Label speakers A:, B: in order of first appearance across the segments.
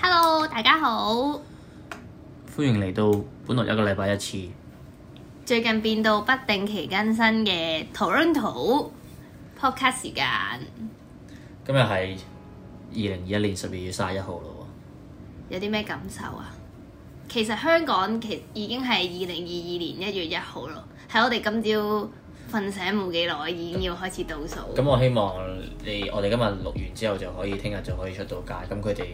A: 大家好。
B: 歡迎嚟到本來一個禮拜一次，
A: 最近變到不定期更新嘅 Toronto podcast 時間，
B: 今日係二零二一年十二月三十一號咯
A: 有啲咩感受啊？其實香港其已經係二零二二年一月一號咯，喺我哋今朝瞓醒冇幾耐已經要開始倒數
B: 喎。。咁我希望你我哋今日錄完之後就可以聽日就可以出到街，咁佢哋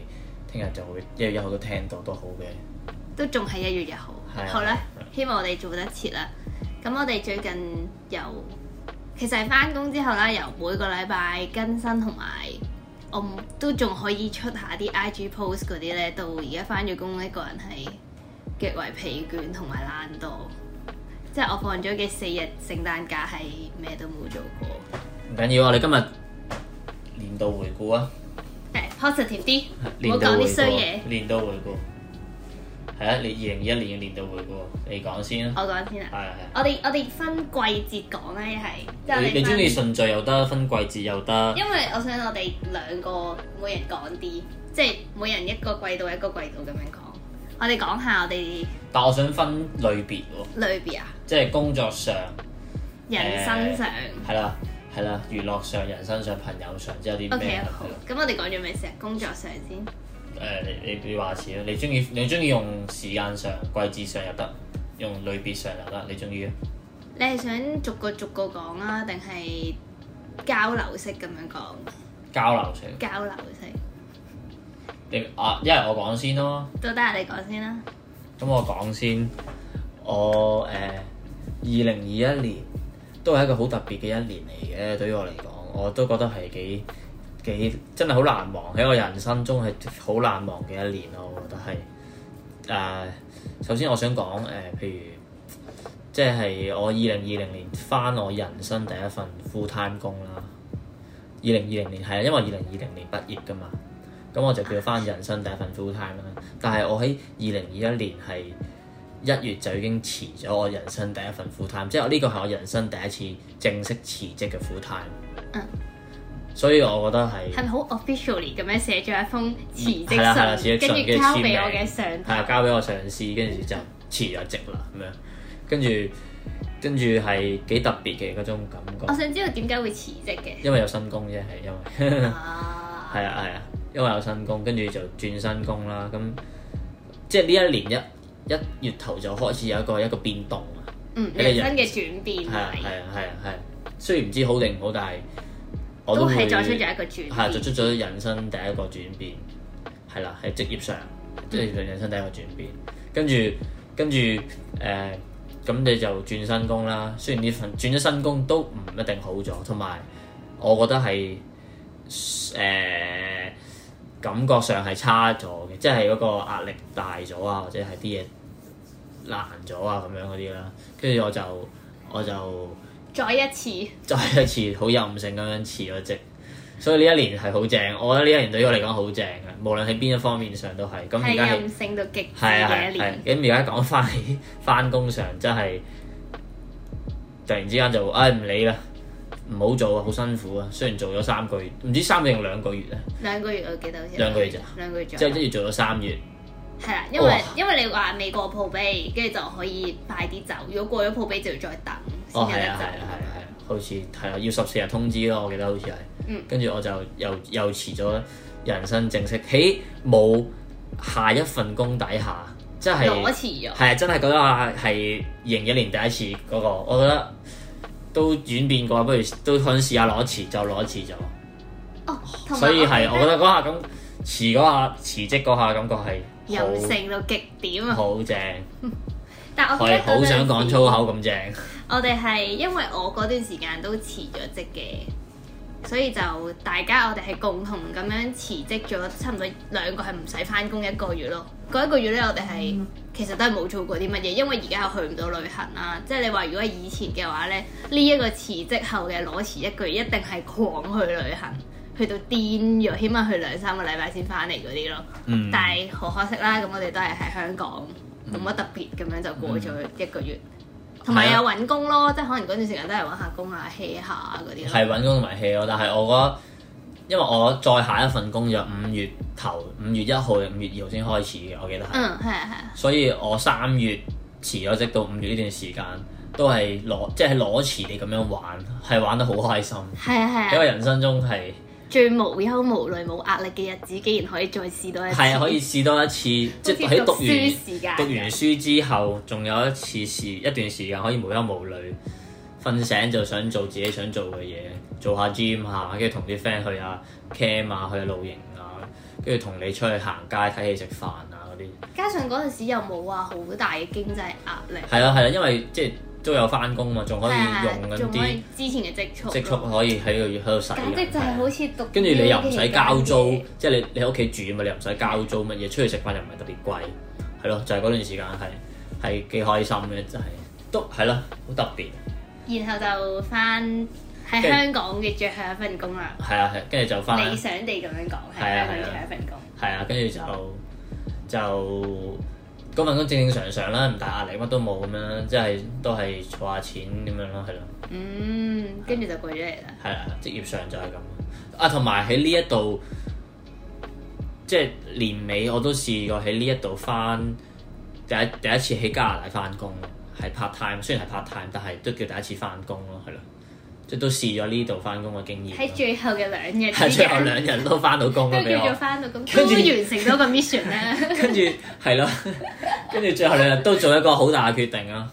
B: 聽日就會一月一號都聽到都好嘅。
A: 都仲係一月一號
B: 係啊。
A: 好啦，希望我哋做得切啦。咁我哋最近由其實係翻工之後啦，由每個禮拜更新同埋我唔都仲可以出下啲 IG post 嗰啲咧，到而家翻咗工一個人係極為疲倦同埋懶惰。即係我放咗嘅四日聖誕假係咩都冇做過。
B: 唔緊要啊，我哋今日年度回顧啊，
A: 誒 positive 啲，唔好
B: 年度
A: 講
B: 回
A: 啲衰嘢。
B: 顧，啊年度回顧，係啊，你二零二一年嘅年度回顧，你講先啊，
A: 我講先啦。
B: 係啊係啊。
A: 我哋我哋分季節講咧係，即係我
B: 你
A: 哋
B: 你中
A: 分
B: 意順序又得，分季節又得，
A: 因為我想我哋兩個每人講啲，即係每人一個季度一個季度咁樣講。我哋講下我哋
B: 但我想分類別喎，
A: 類別啊，
B: 即係工作上。
A: 人生上。
B: 係啦，係啦，娛樂上、人生上、朋友上，即係有啲
A: O
B: 咩
A: K，
B: 係
A: 啊好
B: 啦。。
A: 咁我哋講咗咩先啊？工作上先。
B: 誒、你你你話事啦，你中意你中意用時間上、季節上又得，用類別上又得，你中意啊？
A: 你係想逐個逐個講啊，定係交流式咁樣講？
B: 交流上，
A: 交流式
B: 你啊，因為我講先咯，
A: 都得啊，你講先啦。
B: 咁我講先，我誒二零二一年都係一個好特別嘅一年嚟嘅，對於我嚟講，我都覺得係幾幾真係好難忘，喺我人生中係好難忘嘅一年咯，我覺得係。誒、啊首先我想講誒、譬如即係我二零二零年返我人生第一份 full time 工啦。二零二零年係啊，因為二零二零年畢業㗎嘛，咁我就叫返人生第一份 full time 啦。但係我喺二零二一年係一月就已經辭咗我人生第一份 full time，即係呢個係我人生第一次正式辭職嘅 full time。
A: 嗯
B: 所以我覺得係。
A: 係咪好 officially 咁樣寫咗一封辭
B: 係啦係啦
A: 職
B: 辭
A: 信，
B: 職
A: 跟住
B: 信跟住
A: 交
B: 簽
A: 俾我
B: 名
A: 嘅上
B: 係啊，交俾我上司，跟住就辭咗職啦咁樣，跟住跟住係幾特別嘅嗰種
A: 我
B: 感覺，？
A: 想知道點解會辭職嘅
B: 因為有新工啫，係因為
A: 啊
B: 係啊係啊，因為有新工，跟住就轉新工啦，咁即係呢一年一一月頭就開始有一個一個變動啊，
A: 嗯，
B: 一個人
A: 人生嘅轉變
B: 係啊係
A: 係，
B: 啊係啊係啊，雖然唔知好定唔好，但係我
A: 都
B: 會
A: 係作出咗一個轉
B: 係作
A: 變。
B: 出咗人生第一個轉變，係啦，喺職業上，即係人生第一個轉變。跟住跟住誒，呃咁、你就轉新工啦。雖然呢份轉咗新工都唔一定好咗，同埋我覺得係誒、呃感覺上係差咗嘅，即係嗰個壓力大咗啊，或者係啲嘢難咗啊咁樣嗰啲啦。跟住我就我就。
A: 再一次，
B: 再一次好任性咁樣辭咗職，所以呢一年係好正，我覺得呢一年對於我嚟講好正嘅，無論喺邊一方面上都係。咁而
A: 係
B: 家係
A: 任性到極致
B: 係啊
A: 嘅一
B: 係啊
A: 年。
B: 係，咁而家講翻起翻工上真係突然之間就唉唔理啦，唔好做啊，好辛苦啊。雖然做咗三個月，唔知三個月定兩個月啊，
A: 兩個月我記得好似
B: 兩個月咋
A: 兩個月
B: 之
A: 左
B: 後
A: 右。
B: 一月做咗三月，
A: 係啦，因為
B: 哇
A: 因為你話未過 probate，跟住就可以快啲走。如果過咗 probate 就要再等先有
B: 哦係啊
A: 得
B: 係啊係啊
A: 走。
B: 係啊，好似係啊要十四日通知咯，我記得好似係。
A: 嗯
B: 跟住我就又又辭咗人生正式喺冇下一份工底下，即係
A: 攞遲咗，
B: 係啊，真係覺得啊係二零一年第一次嗰、個，我覺得都轉變過，不如都想試下攞辭就攞辭咗，
A: 哦，同埋
B: 所以係我覺
A: 得
B: 得嗰下咁辭嗰下辭職嗰下感覺
A: 任
B: 係
A: 性到極點
B: 好
A: 啊！
B: 好正，
A: 但我記得
B: 係好想
A: 嗰陣
B: 講
A: 時
B: 粗口咁正，
A: 我哋係因為我嗰段時間都辭咗職嘅，所以就大家我哋係共同咁樣辭職咗，差唔多兩個係唔使翻工一個月咯。嗰一個月咧，我哋係其實都係冇做過啲乜嘢，因為而家又去唔到旅行啦。即係你話如果係以前嘅話咧，呢、一個辭職後嘅攞辭一個月，一定係狂去旅行，去到癲咗，起碼去兩三個禮拜先翻嚟嗰啲咯。
B: 嗯，
A: 但係好可惜啦，咁我哋都係喺香港，冇乜特別咁樣就過咗一個月，同埋
B: 係啊
A: 有揾工咯，即係可能嗰段時間都係揾下工啊、hea 下嗰啲咯。
B: 係揾工同埋 hea 咯，但係我覺得因為我再下一份工就五月頭、五月一號定五月二號先開始嘅，我記得係。
A: 嗯，係啊係啊，
B: 所以我三月辭咗職到五月呢段時間，都係攞即係攞辭地咁樣玩，係玩得好開心。
A: 係啊
B: 因
A: 係
B: 為
A: 啊，
B: 人生中係
A: 最無憂無慮冇壓力嘅日子，竟然可以再試多一次，
B: 係可以試多一次，即係喺讀
A: 好似書
B: 完
A: 時間
B: 讀完書之後，仲有一次時一段時間可以無憂無慮，瞓醒就想做自己想做嘅嘢，做下 gym 下，跟住同啲 friend 去下 camp 啊，去下露營啊，跟住同你出去行街睇戲食飯啊嗰啲。
A: 加上嗰陣時又冇話好大嘅經濟壓力，啊
B: 係啦係啦，因為即係都有翻工嘛，仲可以用緊
A: 仲可
B: 啲
A: 以之前嘅積蓄，
B: 積蓄可以喺度喺度啊使用。
A: 簡直就係好似讀
B: 跟住你又唔使交
A: 書
B: 租
A: 期間嘅，
B: 即係你你喺屋企住嘛，你又唔使交租乜嘢，出去食飯又唔係特別貴，係咯，就係嗰段時間係係幾開心嘅，就係、都係咯，好特別，
A: 然後就翻喺
B: 跟
A: 香港嘅最後一份工啦。
B: 係啊係，跟住就翻，
A: 理想地咁樣講，係
B: 係
A: 香
B: 啊
A: 港
B: 係啊
A: 最後一份工。
B: 係啊，跟住就就嗰份工正正常常啦，唔大壓力，乜都冇咁樣啦，即係都係儲下錢咁樣咯，係咯。
A: 嗯，跟住就過咗嚟啦。
B: 係啊，職業上就係咁啊，同埋喺呢一度，即係年尾我都試過喺呢一度翻第一第一次喺加拿大翻工，係 part time，雖然係 part time，但係都叫第一次翻工咯，係咯，即係都試咗呢度翻工嘅經驗
A: 喺
B: 咯。
A: 最後嘅兩日之
B: 係最後兩
A: 間，
B: 日都翻到工咯，
A: 都
B: 俾
A: 叫做
B: 我。
A: 翻到咁，
B: 跟
A: 都
B: 住
A: 完成到個 mission 啦。
B: 跟住係 咯，跟住最後兩日都做一個好大嘅決定咯。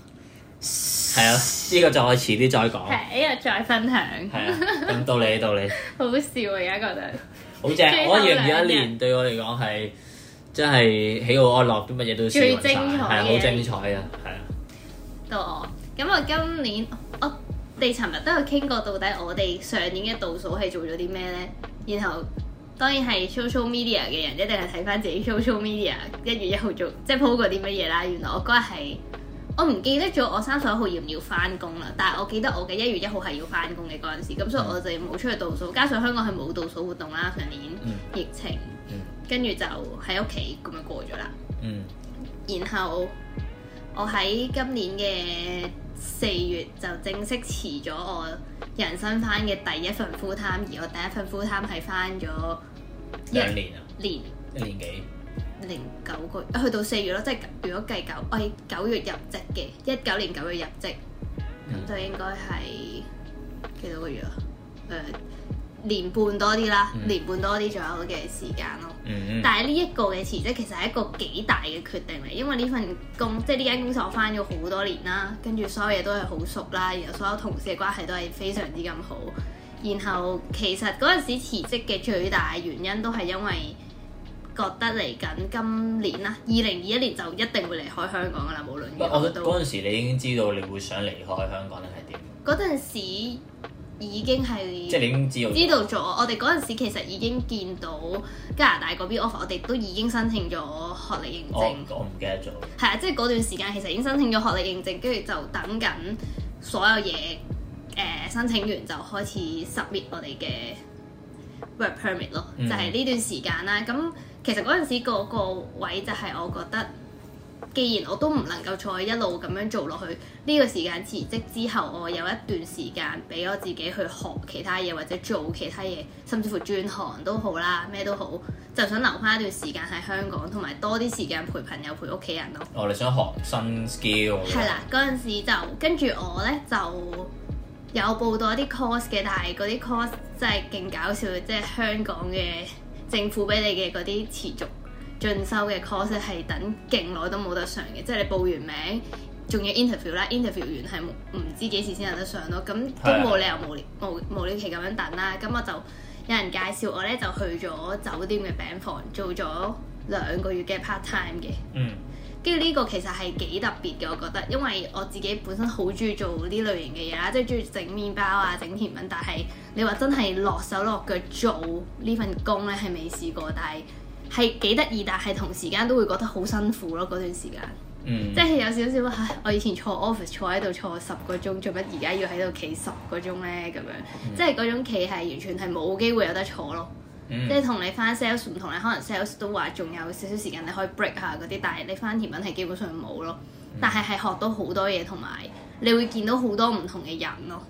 B: 係啊，呢、個就我遲啲再講。
A: 係，呢個再分享，
B: 係啊，咁到你到你。
A: 好笑啊！而家覺得
B: 好正！
A: 最後
B: 我覺得二零二
A: 兩
B: 一年對我嚟講係真係喜好安樂，啲乜嘢都試勻
A: 最精彩嘅
B: 係好精彩啊！係啊，
A: 到我，咁我今年我哋尋日都有傾過，到底我哋上年嘅倒數係做咗啲咩呢？然後當然係 social media 嘅人一定係睇翻自己 social media 一月一號做，即係 po 過啲乜嘢啦。原來我嗰日係我唔記得咗我三十一號要唔要翻工啦，但係我記得我嘅一月一號係要翻工嘅嗰陣時，咁所以我就冇出去倒數，加上香港係冇倒數活動啦，上年
B: 嗯
A: 疫情
B: 嗯，
A: 跟住就喺屋企咁樣過咗啦。
B: 嗯
A: 然後我喺今年嘅四月就正式辭咗我人生翻嘅第一份 full time，而我第一份 full time 係翻咗
B: 兩
A: 一
B: 年啊，
A: 年
B: 一年幾？
A: 零九個月，去到四月咯，即係如果計九，我係九月入職嘅，一九年九月入職，
B: 嗯
A: 咁就應該係幾多個月啊？誒、年半多啲啦，
B: 嗯
A: 年半多啲左右嘅時間咯。
B: 嗯嗯
A: 但係呢一個嘅辭職其實係一個幾大嘅決定嚟，因為呢份工即係呢間公司我翻咗好多年啦，跟住所有嘢都係好熟啦，然後所有同事嘅關係都係非常之咁好。然後其實嗰陣時辭職嘅最大原因都係因為覺得嚟緊今年啦，二零二一年就一定會離開香港噶啦，無論
B: 不
A: 如
B: 過哦我
A: 何
B: 覺得嗰
A: 都。
B: 陣時你已經知道你會想離開香港定係點？
A: 嗰陣時已經係
B: 即係你已經知道。
A: 知道咗，我哋嗰陣時其實已經見到加拿大嗰邊 offer，我哋都已經申請咗學歷認
B: 我
A: 證。
B: 我唔記得咗。
A: 係啊，即係嗰段時間其實已經申請咗學歷認證，跟住就等緊所有嘢誒、呃申請完就開始 submit 我哋嘅 work permit 咯，
B: 嗯
A: 就係呢段時間啦。咁其實嗰陣時個個位就係我覺得，既然我都唔能夠再一路咁樣做落去，呢、個時間辭職之後，我有一段時間俾我自己去學其他嘢或者做其他嘢，甚至乎轉行都好啦，咩都好，就想留翻一段時間喺香港，同埋多啲時間陪朋友陪屋企人咯。
B: 我哋想學新 skill。
A: 係啦，嗰陣時就跟住我咧就有報到一啲 course 嘅，但係嗰啲 course 真係勁搞笑嘅，即係香港嘅政府俾你嘅嗰啲持續進修嘅 course 呢係等勁耐都冇得上嘅，即係你報完名。仲要 interview 啦，interview 完係唔知幾時先有得上咯，咁都
B: 係
A: 冇理由無聊無無聊期咁樣等啦。咁我就有人介紹我咧，就去咗酒店嘅餅房做咗兩個月嘅 part time 嘅。
B: 嗯
A: 跟住呢個其實係幾特別嘅，我覺得，因為我自己本身好中意做呢類型嘅嘢啦，即係中意整麵包啊、整甜品，但係你話真係落手落腳做呢份工呢，係未試過，但係係幾得意，但係同時間都會覺得好辛苦咯嗰段時間，
B: 嗯
A: 即。係有少少唉，我以前坐 office 坐喺度坐十個鐘，做乜而家要喺度企十個鐘呢？咁樣，即係嗰種企係完全係冇機會有得坐咯。
B: 嗯
A: 即係同你翻 sales 唔同，你可能 sales 都話仲有少少時間你可以 break 下嗰啲，但係你翻甜品係基本上冇咯。
B: 嗯嗯
A: 但係係學到好多嘢，同埋你會見到好多唔同嘅人咯，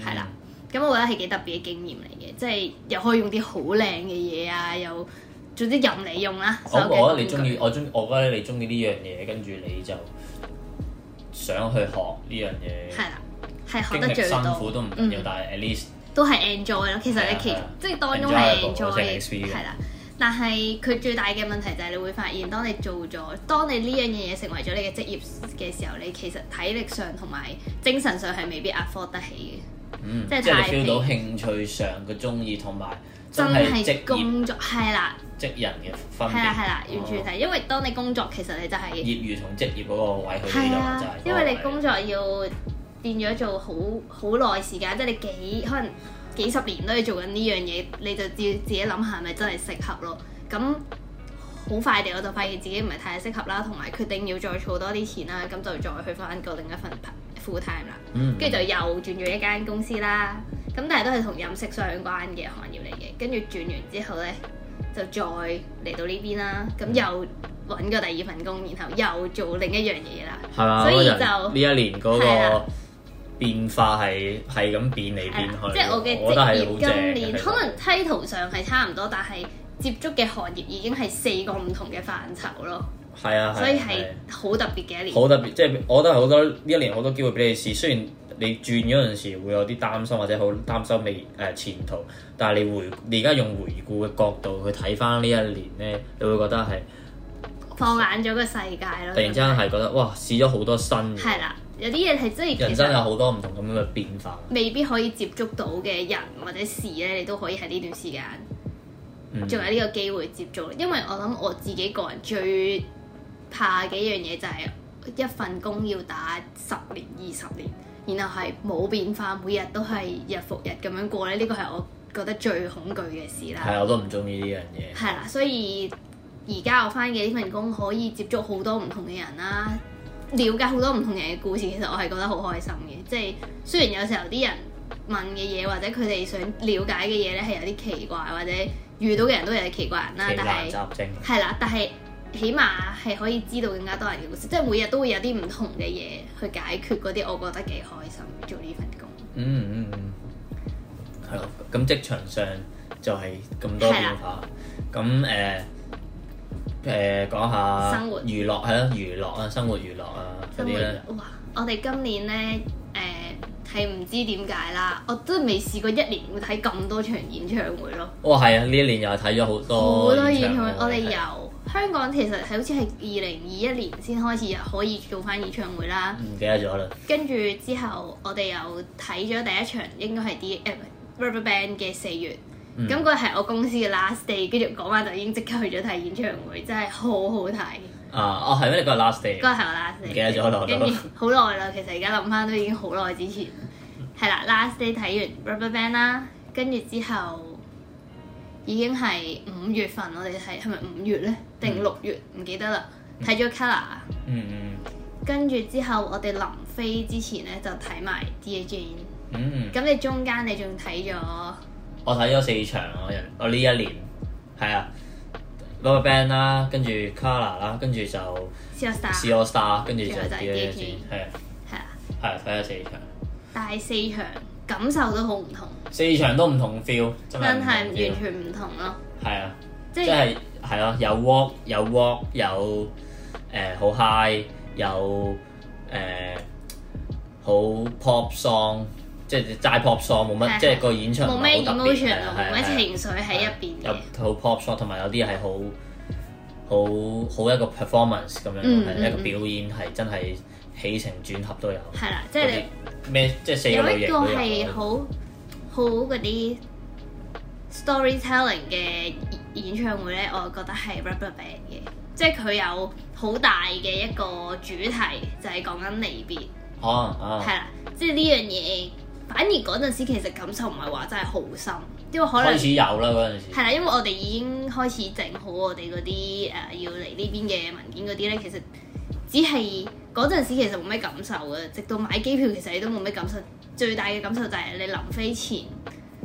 A: 係啦、咁我覺得係幾特別嘅經驗嚟嘅，即係又可以用啲好靚嘅嘢啊，又總之任你用啦。
B: 我
A: 手機
B: 我覺得你
A: 工
B: 中
A: 具
B: 意，我中，我覺得你中意呢樣嘢，跟住你就想去學呢樣嘢。
A: 係啦，係學
B: 經
A: 得
B: 歷
A: 最
B: 辛苦都
A: 多
B: 唔，緊要，
A: 嗯，
B: 但係 at least
A: 都係 enjoy 咯。其實
B: 係啊
A: 你其
B: 係啊
A: 即係當中係
B: enjoyable，我
A: enjoy
B: 真係 XP 嘅
A: 係啦。但係佢最大嘅問題就係你會發現，當你做咗，當你呢樣嘢成為咗你嘅職業嘅時候，你其實體力上同埋精神上係未必 afford 得起
B: 嗯，
A: 即
B: 即
A: 係
B: 係
A: 太
B: 你 feel 到興趣上嘅中意同埋
A: 嘅，
B: 真
A: 真係
B: 係職業
A: 工作係啦，
B: 職人嘅分別。
A: 係啦係啦，完全
B: 哦
A: 係，因為當你工作其實你就係、
B: 業餘同職業嗰個位去
A: 係
B: 到
A: 啊
B: 就係嗰，個
A: 因
B: 位。
A: 為你工作要變咗做好好耐時間，即係你幾可能幾十年都要做緊呢樣嘢，你就要自己諗下係咪真係適合咯。咁好快地我就發現自己唔係太適合啦，同埋決定要再儲多啲錢啦，咁就再去翻個另一份 full time 啦。
B: 嗯，
A: 跟住就又轉咗一間公司啦，咁但係都係同飲食相關嘅行業嚟嘅。跟住轉完之後呢，就再嚟到呢邊啦，咁又揾個第二份工，然後又做另一樣嘢啦。
B: 係啊嘛？
A: 所以
B: 嗰陣
A: 就
B: 呢一年嗰
A: 係啊
B: 個
A: 啦
B: 變化係係咁變嚟變
A: 係啦
B: 去，
A: 即係我嘅
B: 覺得係好
A: 職業今
B: 正嘅
A: 年
B: 其實
A: 可能 title 上係差唔多，但係接觸嘅行業已經係四個唔同嘅範疇咯，
B: 係啊，係啊
A: 所以
B: 係
A: 係
B: 啊
A: 好特別嘅一年。
B: 好特別，即係我覺得好多呢一年好多機會俾你試。雖然你轉嗰陣時會有啲擔心或者好擔心未誒、呃前途，但係你回你而家用回顧嘅角度去睇翻呢一年咧，你會覺得係
A: 放眼咗個世界咯，
B: 突然之間係覺得哇試咗好多新嘢，
A: 係啦，有啲嘢係真係其
B: 人生有
A: 實
B: 好多唔同咁樣嘅變化。
A: 未必可以接觸到嘅人或者事咧，你都可以喺呢段時間。
B: 嗯，
A: 仲有呢個機會接觸，因為我諗我自己個人最怕嘅一樣嘢就係一份工要打十年、二十年，然後係冇變化，每日都係日復日咁樣過咧。呢個係我覺得最恐懼嘅事啦。
B: 係啊我都唔中意呢樣嘢。
A: 係啦，所以而家我翻嘅呢份工可以接觸好多唔同嘅人啦，了解好多唔同人嘅故事，其實我係覺得好開心嘅。即係雖然有時候啲人問嘅嘢或者佢哋想了解嘅嘢咧係有啲奇怪，或者遇到嘅人都有啲奇怪人啦
B: 奇，
A: 但
B: 難
A: 係
B: 雜症，
A: 係啦，但係起碼係可以知道更加多人嘅故事，即係每日都會有啲唔同嘅嘢去解決嗰啲，我覺得幾開心做呢份工。
B: 嗯嗯嗯，係咯。咁職場上就係咁多
A: 係
B: 變
A: 啦
B: 化。咁誒誒講下
A: 生活
B: 娛樂係咯，娛樂啊，生活娛樂啊嗰
A: 生
B: 啲
A: 活
B: 咧，
A: 哇！我哋今年咧誒係唔知點解啦，我都未試過一年會睇咁多場演唱會咯，
B: 哇係啊！呢一年又係睇咗好
A: 好
B: 多
A: 多演唱會。我哋
B: 係
A: 由香港其實係好似係二零二一年先開始可以做翻演唱會啦，
B: 唔記得咗啦。
A: 跟住之後我哋又睇咗第一場，應該係 D 誒唔係 Rubberband 嘅四月。
B: 嗯
A: 咁嗰日係我公司嘅 last day，跟住嗰晚就已經即刻去咗睇演唱會，真係好好睇。
B: 啊哦係咩？你個 last day
A: 嗰日係我 last day，
B: 唔記得咗咯
A: 跟住好耐啦，其實而家諗翻都已經好耐之前。係啦，last day 睇完 Rubberband 啦，跟住之後已經係五月份，我哋睇係咪五月咧？定六月唔記得啦。睇咗 Color，
B: 嗯嗯
A: 跟住之後我哋臨飛之前咧就睇埋 Dear Jane。
B: 嗯，
A: 咁你中間你仲睇咗
B: 我睇咗四場我人我呢一年係啊 r o b b a n d 啦，跟住 Color 啦，跟住就
A: Sea of
B: See
A: Star
B: All Star，跟住就
A: 仲有就係
B: Dear
A: Dear
B: Jane，係啊
A: 係啦，
B: 係啊睇咗四場。
A: 但係四場感受都好唔同，
B: 四場都唔同 feel，真
A: 真
B: 係唔同
A: 係
B: feel，
A: 完全唔同咯。
B: 係啊，
A: 即
B: 即
A: 係
B: 係係咯，有 walk 有 walk 有誒好 high 有誒好 pop song，即係齋 pop song 冇
A: 係
B: 乜，
A: 係
B: 即係個演唱
A: 冇咩
B: 唔係好特別
A: emotion，
B: 係啊
A: 冇
B: 係啊
A: 咩
B: 係啊啊
A: 情緒喺入邊嘅
B: 有。好 pop song，同埋有啲係好好好一個 performance 咁樣，
A: 嗯
B: 係
A: 嗯
B: 一個
A: 嗯
B: 表演係真係起承轉合都有，
A: 係啦，即係你
B: 你咩即係四個
A: 有
B: 類
A: 一
B: 型
A: 個
B: 都
A: 係
B: 有。
A: 好好嗰啲 storytelling 嘅演唱會咧，我覺得係 Rubberband 嘅，即係佢有好大嘅一個主題，就係講緊離別，
B: 哦哦
A: 係，啦，即係呢樣嘢。反而嗰陣時其實感受唔係話真係好深，因為可能
B: 開始有啦嗰陣時。
A: 係啦，因為我哋已經開始整好我哋嗰啲誒要嚟呢邊嘅文件嗰啲咧，其實只係嗰陣時其實冇咩感受嘅，直到買機票其實你都冇咩感受，最大嘅感受就係你臨飛前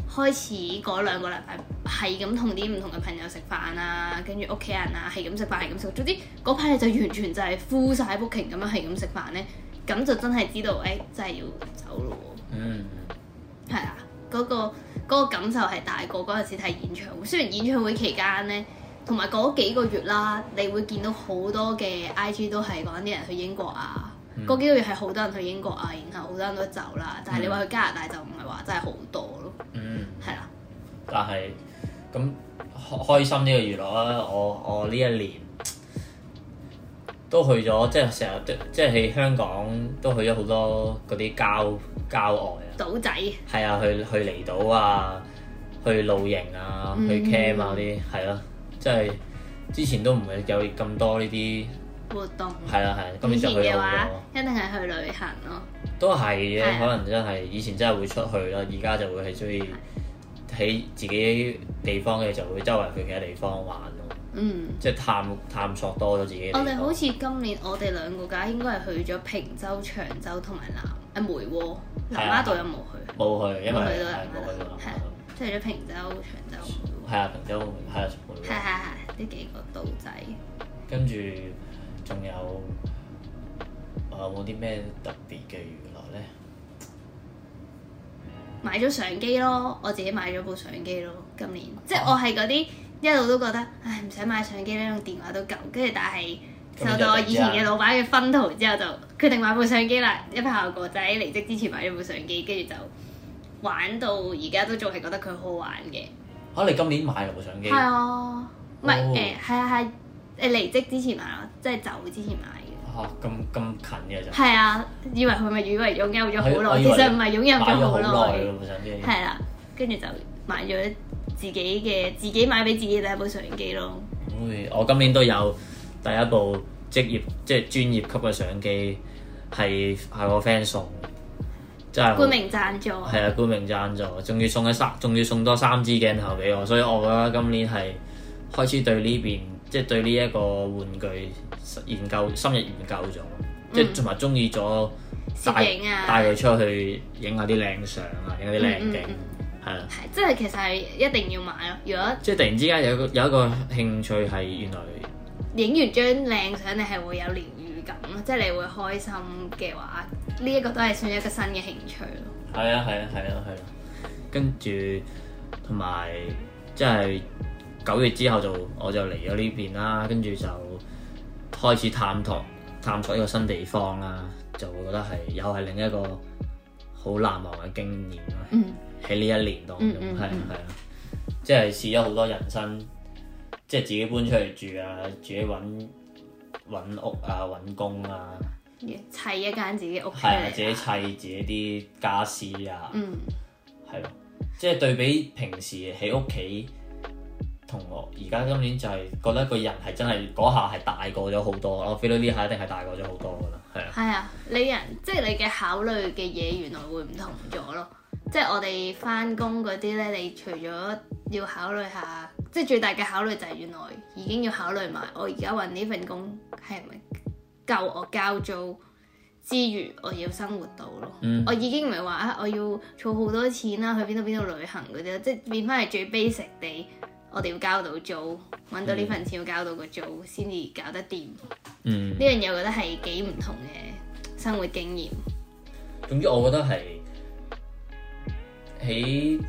A: 開始嗰兩個禮拜係咁同啲唔同嘅朋友食飯啊，跟住屋企人啊係咁食飯係咁食，總之嗰排你就完全就係 full 晒 booking 咁樣係咁食飯咧，咁就真係知道誒、真係要走咯喎。
B: 嗯，
A: 係啊，嗰個嗰個感受係大過嗰陣時睇演唱會。雖然演唱會期間呢，同埋嗰幾個月啦，你會見到好多嘅 IG 都係講啲人去英國啊。
B: 嗯
A: 嗰、幾個月係好多人去英國啊，然後好多人都走啦。但係你話去加拿大就唔係話真係好多咯，
B: 嗯，
A: 係啦。
B: 但係咁開開心呢個娛樂啊，我我呢一年都去咗，即係成日都即係喺香港都去咗好多嗰啲郊郊外啊。
A: 賭仔
B: 係啊，去去離島啊，去露營啊，去
A: 嗯
B: camp 啊嗰啲，係咯、即係之前都唔會有咁多呢啲，
A: 活動，
B: 係啦係啦，今
A: 以
B: 年就
A: 前
B: 去咗
A: 嘅
B: 好
A: 話
B: 多，
A: 一定係去旅行咯。
B: 都係嘅，
A: 係啊嗯
B: 可能真係以前真係會出去啦，而家就會係中意喺自己地方嘅就會周圍去其他地方玩咯，
A: 嗯。
B: 即係探探索多咗自己嘅地
A: 我
B: 方。
A: 哋好似今年我哋兩個家應該係去咗平洲、長洲同埋南啊梅窩，南
B: 啊
A: 丫島有冇去？
B: 冇去，因為
A: 冇去到
B: 係
A: 南
B: 冇
A: 丫
B: 去到
A: 島，
B: 南
A: 係即係去咗平洲、長洲，
B: 亞島係啊，平洲係啊，冇去
A: 係係係呢幾個島仔。
B: 跟住仲有啊，有冇啲咩特別嘅娛樂咧？
A: 買咗相機咯，我自己買咗部相機咯，今年即係
B: 哦
A: 我係嗰啲一路都覺得，唉唔使買相機咧，用電話都夠。跟住但係
B: 咁你
A: 受
B: 就
A: 到我
B: 突然之
A: 以前嘅
B: 間
A: 老闆嘅薰陶之後，就決定買部相機啦。一炮過仔離職之前買咗部相機，跟住就玩到而家都仲係覺得佢好好玩嘅。
B: 嚇、啊你今年買部相機
A: 係？啊，唔係
B: 哦
A: 誒係啊係誒離職之前買咯，即係走之前買
B: 嚇啊咁咁近嘅就
A: 嘅。係啊，以為佢咪以為擁有咗好
B: 啊我
A: 耐，
B: 以
A: 其
B: 為
A: 實唔係擁有
B: 買
A: 咗
B: 咗
A: 好
B: 好
A: 耐
B: 耐。咯部相機。
A: 係啦，跟住就買咗自己嘅，自己買俾自己第一部相機咯。
B: 唉我今年都有第一部職業即係專業級嘅相機，係係我 friend 送嘅，真係好
A: 冠名贊助，
B: 係啊，冠名贊助，仲要送一三，仲要送多三支鏡頭俾我，所以我覺得今年係開始對呢邊，即係對呢一個玩具研究深入研究咗，即係同埋中意咗帶
A: 嗯攝影啊
B: 帶佢出去影下啲靚相啊，影下啲靚景，
A: 嗯嗯
B: 係啦、
A: 係即係其實係一定要買咯。如果
B: 即係突然之間有一個有一個興趣係原來
A: 影完張靚相，你係會有療愈感咯，即係你會開心嘅話，呢、一個都係算一個新嘅興趣咯。
B: 係啊係啊係啊係啊，跟住同埋即係九月之後就我就嚟咗呢邊啦，跟住就開始探索探索一個新地方啦，就會覺得係又係另一個好難忘嘅經驗啦。
A: 嗯，
B: 喺呢一年當中，
A: 嗯嗯
B: 係啊係啊，即係試咗好多人生，即係自己搬出去住啊，自己揾揾屋啊，揾工啊，
A: 砌一間自己屋出
B: 係啊，自己
A: 嚟啊。
B: 砌自己啲家私啊。
A: 嗯，
B: 係咯，即係對比平時喺屋企同我而家今年就係覺得個人係真係嗰下係大個咗好多，我 feel 到呢下一定係大個咗好多噶啦，係啊，
A: 係啊，你人即係你嘅考慮嘅嘢原來會唔同咗咯。即係我哋翻工嗰啲咧，你除咗要考慮下，即係最大嘅考慮就係原來已經要考慮埋我而家揾呢份工係咪夠我交租之餘，我要生活到咯。
B: 嗯
A: 我已經唔係話啊，我要儲好多錢啦，去邊度邊度旅行嗰啲啦，即係變翻係最 basic 地，我哋要交到租，揾到呢份錢要交到個租先至搞得掂。
B: 嗯
A: 呢，樣嘢我覺得係幾唔同嘅生活經驗。
B: 總之我覺得係喺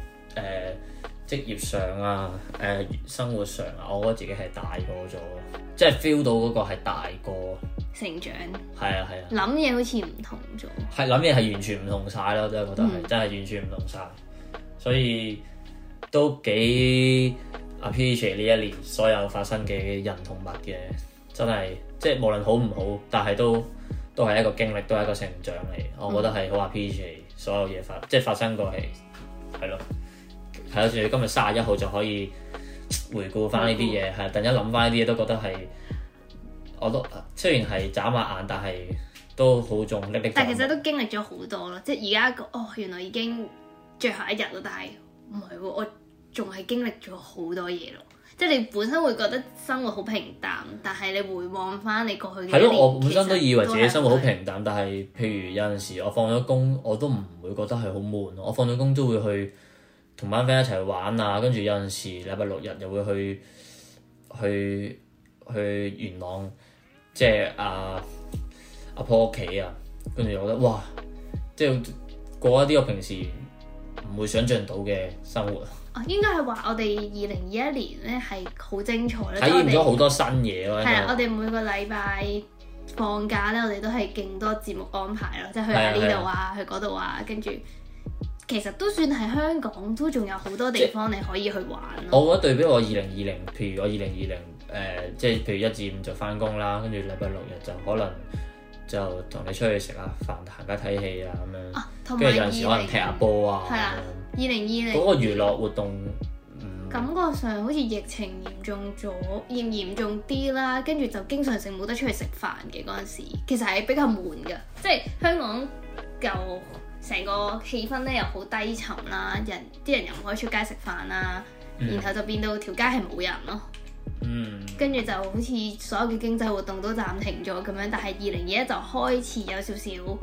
B: 誒職業上啊，誒、生活上啊，我覺得自己係大個咗，即係 feel 到嗰個係大個，
A: 成長，
B: 係啊係啊。
A: 諗嘢好似唔同咗。
B: 係諗嘢係完全唔同晒咯，真係覺得係、真係完全唔同晒，所以都幾 appreciate 呢一年所有發生嘅人同物嘅，真係即係無論好唔好，但係都都係一個經歷，都係一個成長嚟。我覺得係好 appreciate 所有嘢發即係發生過係係咯，係咯，仲要今日三十一號就可以回顧翻呢啲嘢，係突然間諗翻呢啲嘢都覺得係。我都雖然係眨下眼，但係都好仲歷歷在目。
A: 但其實都經歷咗好多咯，即係而家個哦，原來已經最後一日啦，但係唔係喎，我仲係經歷咗好多嘢咯。即係你本身會覺得生活好平淡，但係你回望翻你過去嘅
B: 係
A: 一
B: 咯，
A: 年
B: 我本身都
A: 其實
B: 以為自己生活好
A: 都係
B: 平淡，但係譬如有陣時我放咗工，我都唔會覺得係好悶。我放咗工都會去同班 friend 一齊玩啊，跟住有陣時禮拜六日又會去去去元朗，即係阿啊阿婆屋企啊，跟住我覺得哇，即係過一啲我平時唔會想像到嘅生活，
A: 哦，應該係話我哋二零二一年咧係好精彩啦，
B: 體驗咗
A: 我
B: 好多新嘢咯。
A: 哋係啊，我哋每個禮拜放假咧，我哋都係勁多節目安排咯，即係去下呢度啊，去嗰度啊，跟住其實都算係香港都仲有好多地方你可以去玩咯。
B: 我覺得對比我二零二零，譬如我二零二零誒，即係譬如一至五就翻工啦，跟住禮拜六日就可能就同你出去食下飯、行街睇戲啊咁樣，
A: 啊，同埋
B: 跟住有
A: 二
B: 陣時
A: 零
B: 可能踢下波啊
A: 係啊
B: 咁
A: 二零二
B: 樣，嗰
A: 零
B: 個娛樂活動嗯
A: 感覺上好似疫情嚴重咗，嚴嚴重啲啦，跟住就經常性冇得出去食飯嘅嗰陣時，其實係比較悶㗎，即係香港又成個氣氛咧又好低沉啦，人啲人又唔可以出街食飯啦，
B: 嗯
A: 然後就變到條街係冇人咯，
B: 嗯
A: 跟住就好似所有嘅經濟活動都暫停咗咁樣，但係二零二一就開始有少少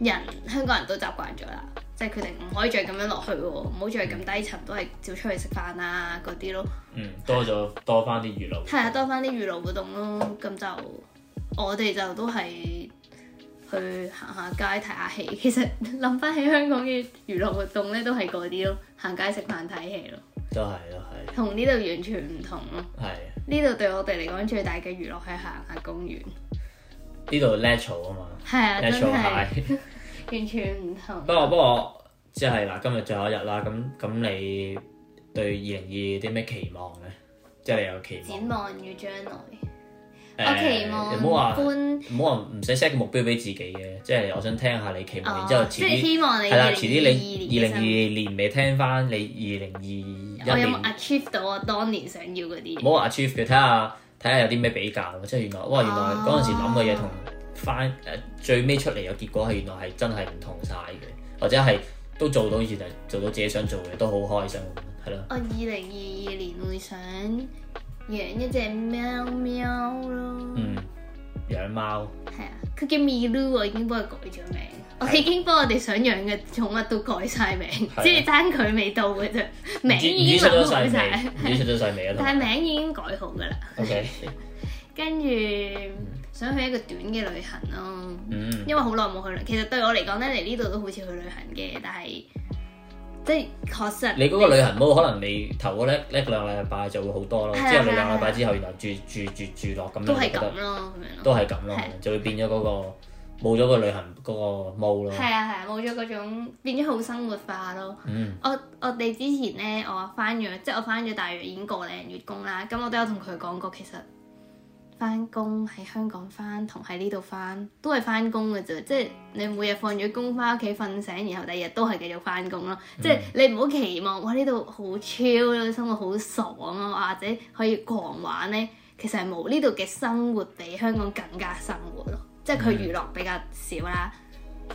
A: 人香港人都習慣咗啦，即係佢哋唔可以再咁樣落去喎，唔好再咁低沉，都係照出去食飯啊嗰啲咯。
B: 嗯，多咗多翻啲娛樂活動。
A: 係啊，多翻啲娛樂活動咯，咁就我哋就都係去行下街睇下戲。 其實諗翻起香港嘅娛樂活動咧，都係嗰啲咯，行街食飯睇戲咯，
B: 都係都
A: 同呢度完全唔同咯。
B: 係係
A: 呢度對我哋嚟講最大嘅娛樂係行下公園，
B: 呢度 natural 啊嘛
A: 係啊，真
B: ，natural
A: 係
B: 蟹。
A: 完全唔同。
B: 不過不過即係嗱，今日最後一日啦，咁咁你對二零二啲咩期望咧？即係你有期望
A: 展？望與將來，我期
B: 誒，唔好
A: 望
B: 話
A: 搬，
B: 唔好話唔使 set 個目標俾自己嘅，即係我想聽下你期望，然之後
A: 哦，
B: 遲
A: 即係
B: 啲
A: 希望你
B: 係啦，
A: 二
B: 遲啲
A: 零
B: 你
A: 二
B: 二
A: 二
B: 零
A: 年
B: 二年尾聽翻你二零
A: 我
B: 二一
A: 有冇啊
B: 年，
A: achieve 到我當年想要嗰啲嘢？
B: 唔好話 achieve 嘅，睇下睇下有啲咩比較咯，即係原來哇原來
A: 哦
B: 嗰陣時諗嘅嘢同翻誒最尾出嚟嘅結果係原來係真係唔同晒嘅，或者係都做到原來做到自己想做嘅，都好開心，係咯，
A: 我二零二二年會想養一隻喵喵咯，
B: 嗯，養貓
A: 係啊，佢叫 Milu，我已經幫佢改咗名，我已經幫我哋想養嘅寵物都改晒名，
B: 啊
A: 只係爭佢未到嘅啫，名
B: 已
A: 已
B: 出
A: 經
B: 咗
A: 諗
B: 世
A: 好晒，
B: 未？已經出咗世未啊？
A: 但係名已經改好噶啦，
B: O K，
A: 跟住想去一個短嘅旅行咯。
B: 嗯
A: 因為好耐冇去旅，其實對我嚟講咧，嚟呢度都好似去旅行嘅，但係即係確實
B: 你嗰個旅行冇可能你頭嗰一一兩禮拜就會好多咯，
A: 係
B: 之
A: 啊
B: 後你兩禮拜之後原來住住住住落咁樣，
A: 都係
B: 你覺
A: 咁
B: 得
A: 咯，咁樣咯。
B: 都係咁咯
A: 係啊，
B: 就會變咗嗰個冇咗個旅行嗰個毛咯。
A: 係啊係啊，冇咗嗰種變咗好生活化咯。
B: 嗯
A: 我我哋之前咧，我翻咗即係我翻咗大約已經個零月工啦。咁我都有同佢講過，其實翻工喺香港翻同喺呢度翻都係翻工嘅啫。即係你每日放咗工翻屋企瞓醒，然後第二日都係繼續翻工咯。即係你唔好期望哇呢度好 chill 呢度生活好爽啊，或者可以狂玩咧。其實係冇呢度嘅生活比香港更加生活咯，即係佢娛樂比較少啦。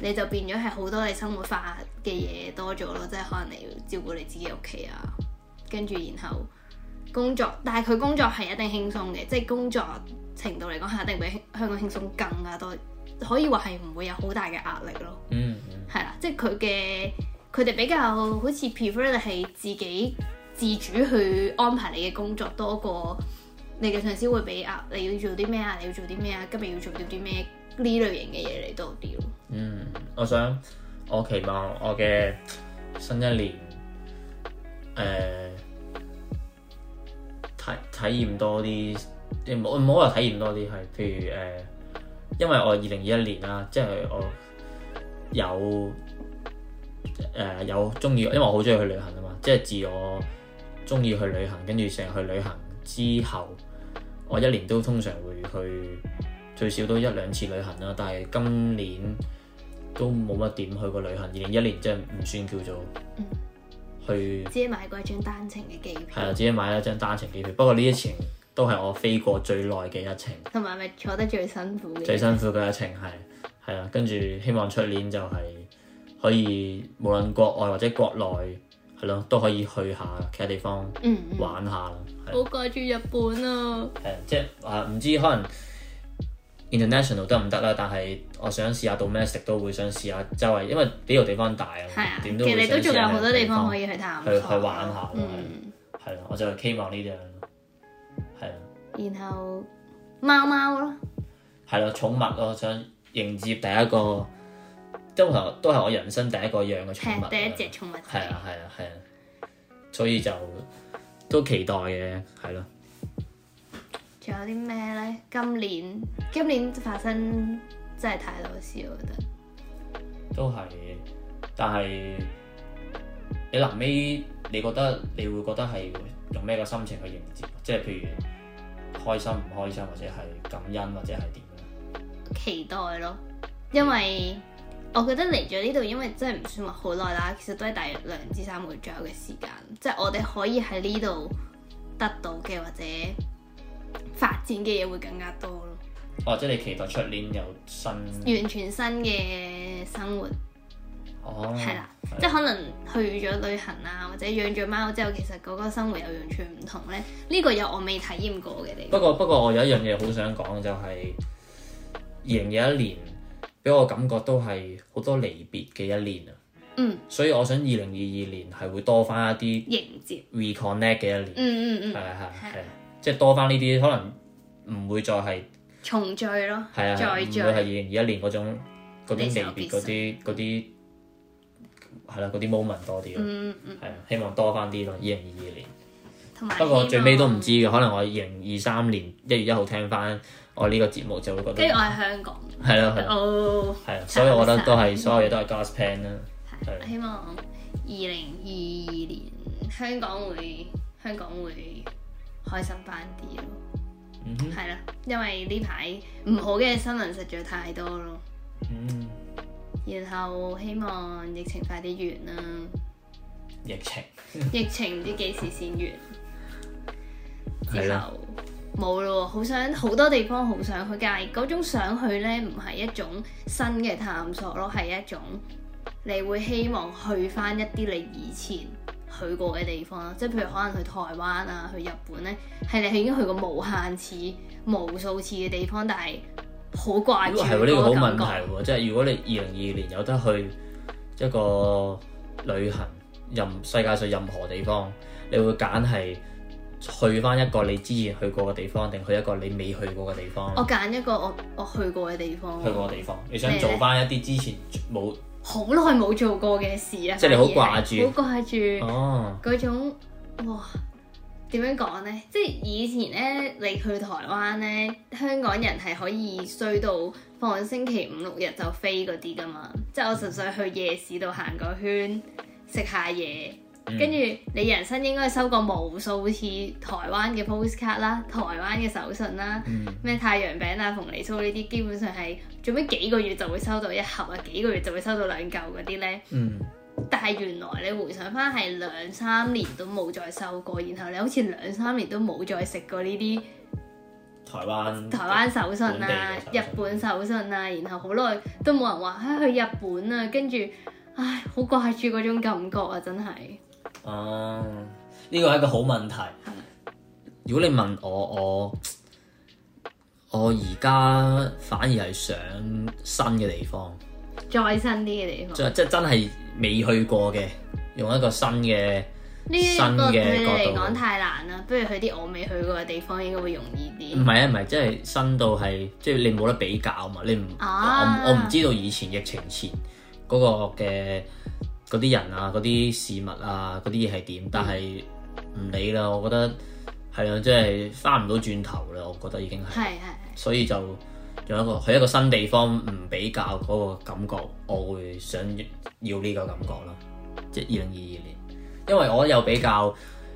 A: 你就變咗係好多你生活化嘅嘢多咗咯，即係可能你要照顧你自己屋企啊，跟住然後工作，但係佢工作係一定輕鬆嘅，即係工作程度嚟講係一定比香港輕鬆更加多，可以話係唔會有好大嘅壓力咯，
B: 嗯嗯
A: 係啦，即係佢嘅佢哋比較好似 prefer 你係自己自主去安排你嘅工作多過你嘅上司會俾壓你要做啲咩啊，你要做啲咩啊，今日要做到啲咩呢類型嘅嘢嚟多啲咯。
B: 嗯，我想我期望我嘅新一年誒體呃體驗多啲，即係冇唔好話體驗多啲係，譬如誒、呃因為我二零二一年啦，即係我有誒、有中意，因為我好中意去旅行啊嘛，即係自我中意去旅行，跟住成日去旅行之後，我一年都通常會去最少都一兩次旅行啦，但係今年都冇乜點去過旅行，二零一年真係唔算叫做
A: 嗯
B: 去
A: 只係買過一張單程嘅機
B: 係啊，
A: 票，
B: 自己買咗張單程機票。不過呢一程都係我飛過最耐嘅一程，
A: 同埋咪坐得最辛苦嘅。
B: 最辛苦嘅一程係係啊。跟住希望出年就係可以無論國外或者國內係咯，都可以去下其他地方
A: 嗯，嗯
B: 玩下啦。係
A: 好掛住日本啊！
B: 係即係啊，唔知可能 international 得唔得啦，但係我想試下 domestic 都會想試下周圍，因為呢個地方大
A: 係啊
B: 啊，，
A: 其
B: 點都會
A: 實你
B: 想
A: 都
B: 試
A: 仲
B: 下
A: 有好多地方可
B: 以
A: 以去探
B: 去
A: 索
B: 去玩下咯
A: 嗯，
B: 係啦，我就期望呢樣咯係啊。
A: 然後貓貓咯，
B: 係咯，寵物咯，想迎接第一個都係都係我人生第一個養嘅寵
A: 係
B: 物啦。
A: 第一隻寵物仔。
B: 係啊，係啊，係啊，所以就都期待嘅，係咯。
A: 仲有啲咩呢？今年今年發生真係太多事，我覺得。
B: 都係，但係你臨尾，你覺得你會覺得係用咩個心情去迎接？即係譬如開心唔開心，或者係感恩，或者係點咧？
A: 期待咯，因為我覺得嚟咗呢度，因為真係唔算話好耐啦，其實都係大約兩至三個月左右嘅時間，即係我哋可以喺呢度得到嘅或者發展嘅嘢會更加多咯，
B: 或哦者你期待出年有新
A: 完全新嘅生活
B: 哦，
A: 係啦，
B: 係
A: 即係可能去咗旅行啊，或者養咗貓之後，其實嗰個生活又完全唔同呢。呢個有我未體驗過嘅地
B: 不
A: 方，
B: 過不過，我有一樣嘢好想講，就係二零二一年俾我感覺都係好多離別嘅一年啊，
A: 嗯，
B: 所以我想二零二二年係會多翻一啲
A: 迎接，
B: reconnect 嘅一年，
A: 嗯嗯
B: 係
A: 嗯，
B: 啊係啊
A: 係
B: 係啊，即係多翻呢啲可能唔會再係
A: 重聚咯，
B: 係啊，係啊
A: 再
B: 唔會係二
A: 聚，
B: 零二一年嗰種嗰種離別嗰啲嗰啲係啦嗰啲 moment 多啲咯，
A: 嗯嗯，
B: 係啊，希望多翻啲咯，二零二二年。
A: 同埋
B: 不過最尾都唔
A: 知。
B: 知嘅，可能我二零二三年一月一號聽翻我呢個節目就會覺得
A: 跟住我喺香港。
B: 係啦係啦
A: 哦，
B: 係啦，啊所以我覺得都係所有嘢都係 gas plan 啦。
A: 係希望二零二二年香港會香港會開心翻啲咯。
B: 嗯哼，
A: 係啦，因為呢排唔好嘅新聞實在太多咯。
B: 嗯，
A: 然後希望疫情快啲完啦，
B: 疫情
A: 疫情唔知幾時先完。
B: 係
A: 之
B: 啦
A: 後冇咯喎，好想好多地方好想去，但係嗰種想去呢，唔係一種新嘅探索咯，係一種你會希望去翻一啲你以前去過嘅地方咯，即係譬如可能去台灣啊，去日本呢，係你已經去過無限次、無數次嘅地方，但係好掛
B: 呢
A: 住
B: 個係
A: 嗰
B: 喎，呢個好
A: 個
B: 問
A: 感
B: 題
A: 覺。
B: 喎，即係如果你二零二二年有得去一個旅行，任世界上任何地方，你會揀係去翻一個你之前去過嘅地方，定去一個你未去過嘅地方？
A: 我揀一個我我去過嘅地方，
B: 去過嘅地方，你想
A: 哦咩呢
B: 做翻一啲之前冇
A: 好耐冇做過嘅事啊！
B: 即係你好
A: 反而係
B: 掛
A: 好掛住。
B: 哦，
A: 嗰種哇點樣講呢？即係以前呢，你去台灣呢，香港人係可以衰到放星期五六日就飛嗰啲噶嘛。即係我純粹去夜市度行個圈，食下嘢，跟住你人生應該收過無數次台灣嘅 postcard 啦、台灣嘅手信啦、咩、太陽餅啊、鳳梨酥呢啲，基本上係做咩幾個月就會收到一盒啊，幾個月就會收到兩嚿嗰啲呢。
B: 嗯，
A: 但係原來你回想翻係兩三年都冇再收過，然後你好似兩三年都冇再食過呢啲
B: 台灣，
A: 台灣手信啊、
B: 嗯本地
A: 日
B: 嘅手信
A: 本手信啊，然後好耐都冇人話啊去日本啊，跟住唉好掛住嗰種感覺啊，真係
B: 哦，呢個係一個好問題。如果你問我，我我而家反而係想新嘅地方，
A: 再新啲嘅地
B: 即
A: 方。
B: 即真係未去過嘅，用一個新嘅
A: 呢
B: 新
A: 個對
B: 嘅
A: 你
B: 角
A: 嚟
B: 度
A: 講。太難啦，不如去啲我未去過嘅地方應該會容易
B: 唔
A: 啲。
B: 係啊，唔係，即係新到係，即係你冇得比較嘛。你唔，
A: 啊
B: 我唔我唔知道以前疫情前嗰個嘅嗰啲人啊、嗰啲事物啊、嗰啲嘢係點，但係唔理啦。我覺得係啊，即係翻唔到轉頭啦。我覺得已經係，
A: 係係係，
B: 所以就用一個去一個新地方唔比較嗰個感覺，我會想要呢個感覺咯。即係二零二二年，因為我有比較，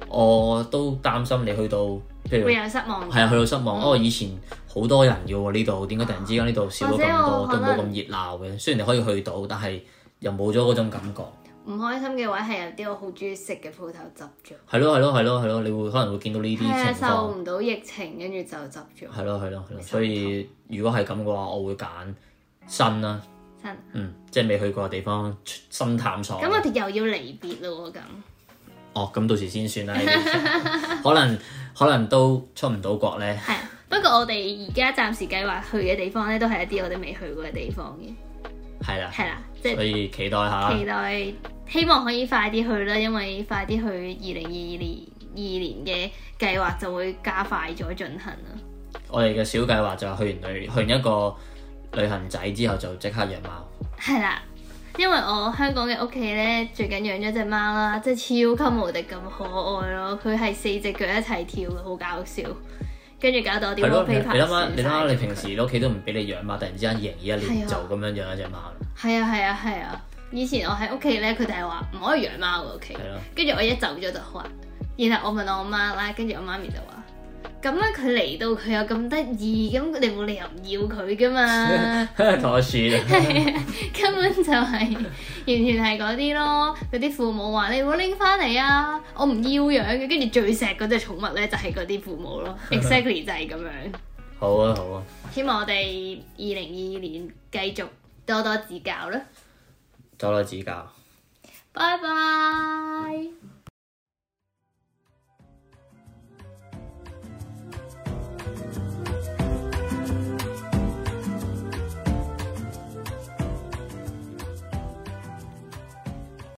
B: 我都擔心你去到譬如
A: 會。有失望
B: 係啊，去到失
A: 嗯
B: 望。哦，以前好多人嘅喎呢度，點解突然之間呢度少咗咁多，
A: 或者我
B: 都冇
A: 可能
B: 咁熱鬧嘅？雖然你可以去到，但係又冇咗嗰種感覺。
A: 唔開心嘅位係有啲我好中意食嘅鋪頭執咗，
B: 係咯，係咯，係咯，係咯，你會可能會見到呢啲
A: 係啊，受
B: 情況。
A: 唔到疫情跟住就執咗。
B: 係咯，係咯，係咯。
A: 心
B: 所以如果係咁嘅話，我會揀新啦，
A: 真。
B: 嗯，即係未去過嘅地方，新探索。
A: 咁啊我哋又要離別咯喎，咁
B: 哦，咁到時先算 啦。呢啲 可能可能都出唔到國咧。
A: 係啊。不過我哋而家暫時計劃去嘅地方咧，都係一啲我哋未去過嘅地方嘅，
B: 係啦，
A: 係啦，即
B: 所
A: 係
B: 以期待下。
A: 期待希望可以快啲去啦，因為快啲去二零二二年二年嘅計劃就會加快咗進行啦。
B: 我哋嘅小計劃就係去完旅去完一個旅行仔之後就即刻養貓。
A: 係啦，因為我香港嘅屋企咧，最近養咗只貓啦，即係超級無敵咁可愛咯。佢係四隻腳一齊跳嘅，好搞笑。跟住搞到我啲
B: 係咯，你
A: wallpaper
B: 你諗下，你諗下，你
A: 損晒
B: 平時你屋企都唔俾你養貓，突然之間二零二一
A: 係
B: 年
A: 啊
B: 就咁樣養一隻貓啦，
A: 係啊係啊係啊！以前我喺屋企咧，佢哋係話唔可以養貓嘅屋企
B: 係。咯，
A: 跟住我一走咗就話，然後我問我媽啦，跟住我媽咪就話：咁咧佢嚟到佢又咁得意，咁你冇理由唔要佢噶 嘛？
B: 同我説啊，
A: 根本就係、完全係嗰啲咯，嗰啲父母話你唔好拎翻嚟啊，我唔要養嘅，跟住最錫嗰只寵物咧就係嗰啲父母咯，exactly 就係咁樣。
B: 好啊好啊，
A: 希望我哋二零二二年繼續多多指教啦，
B: 多多指教。
A: 拜拜。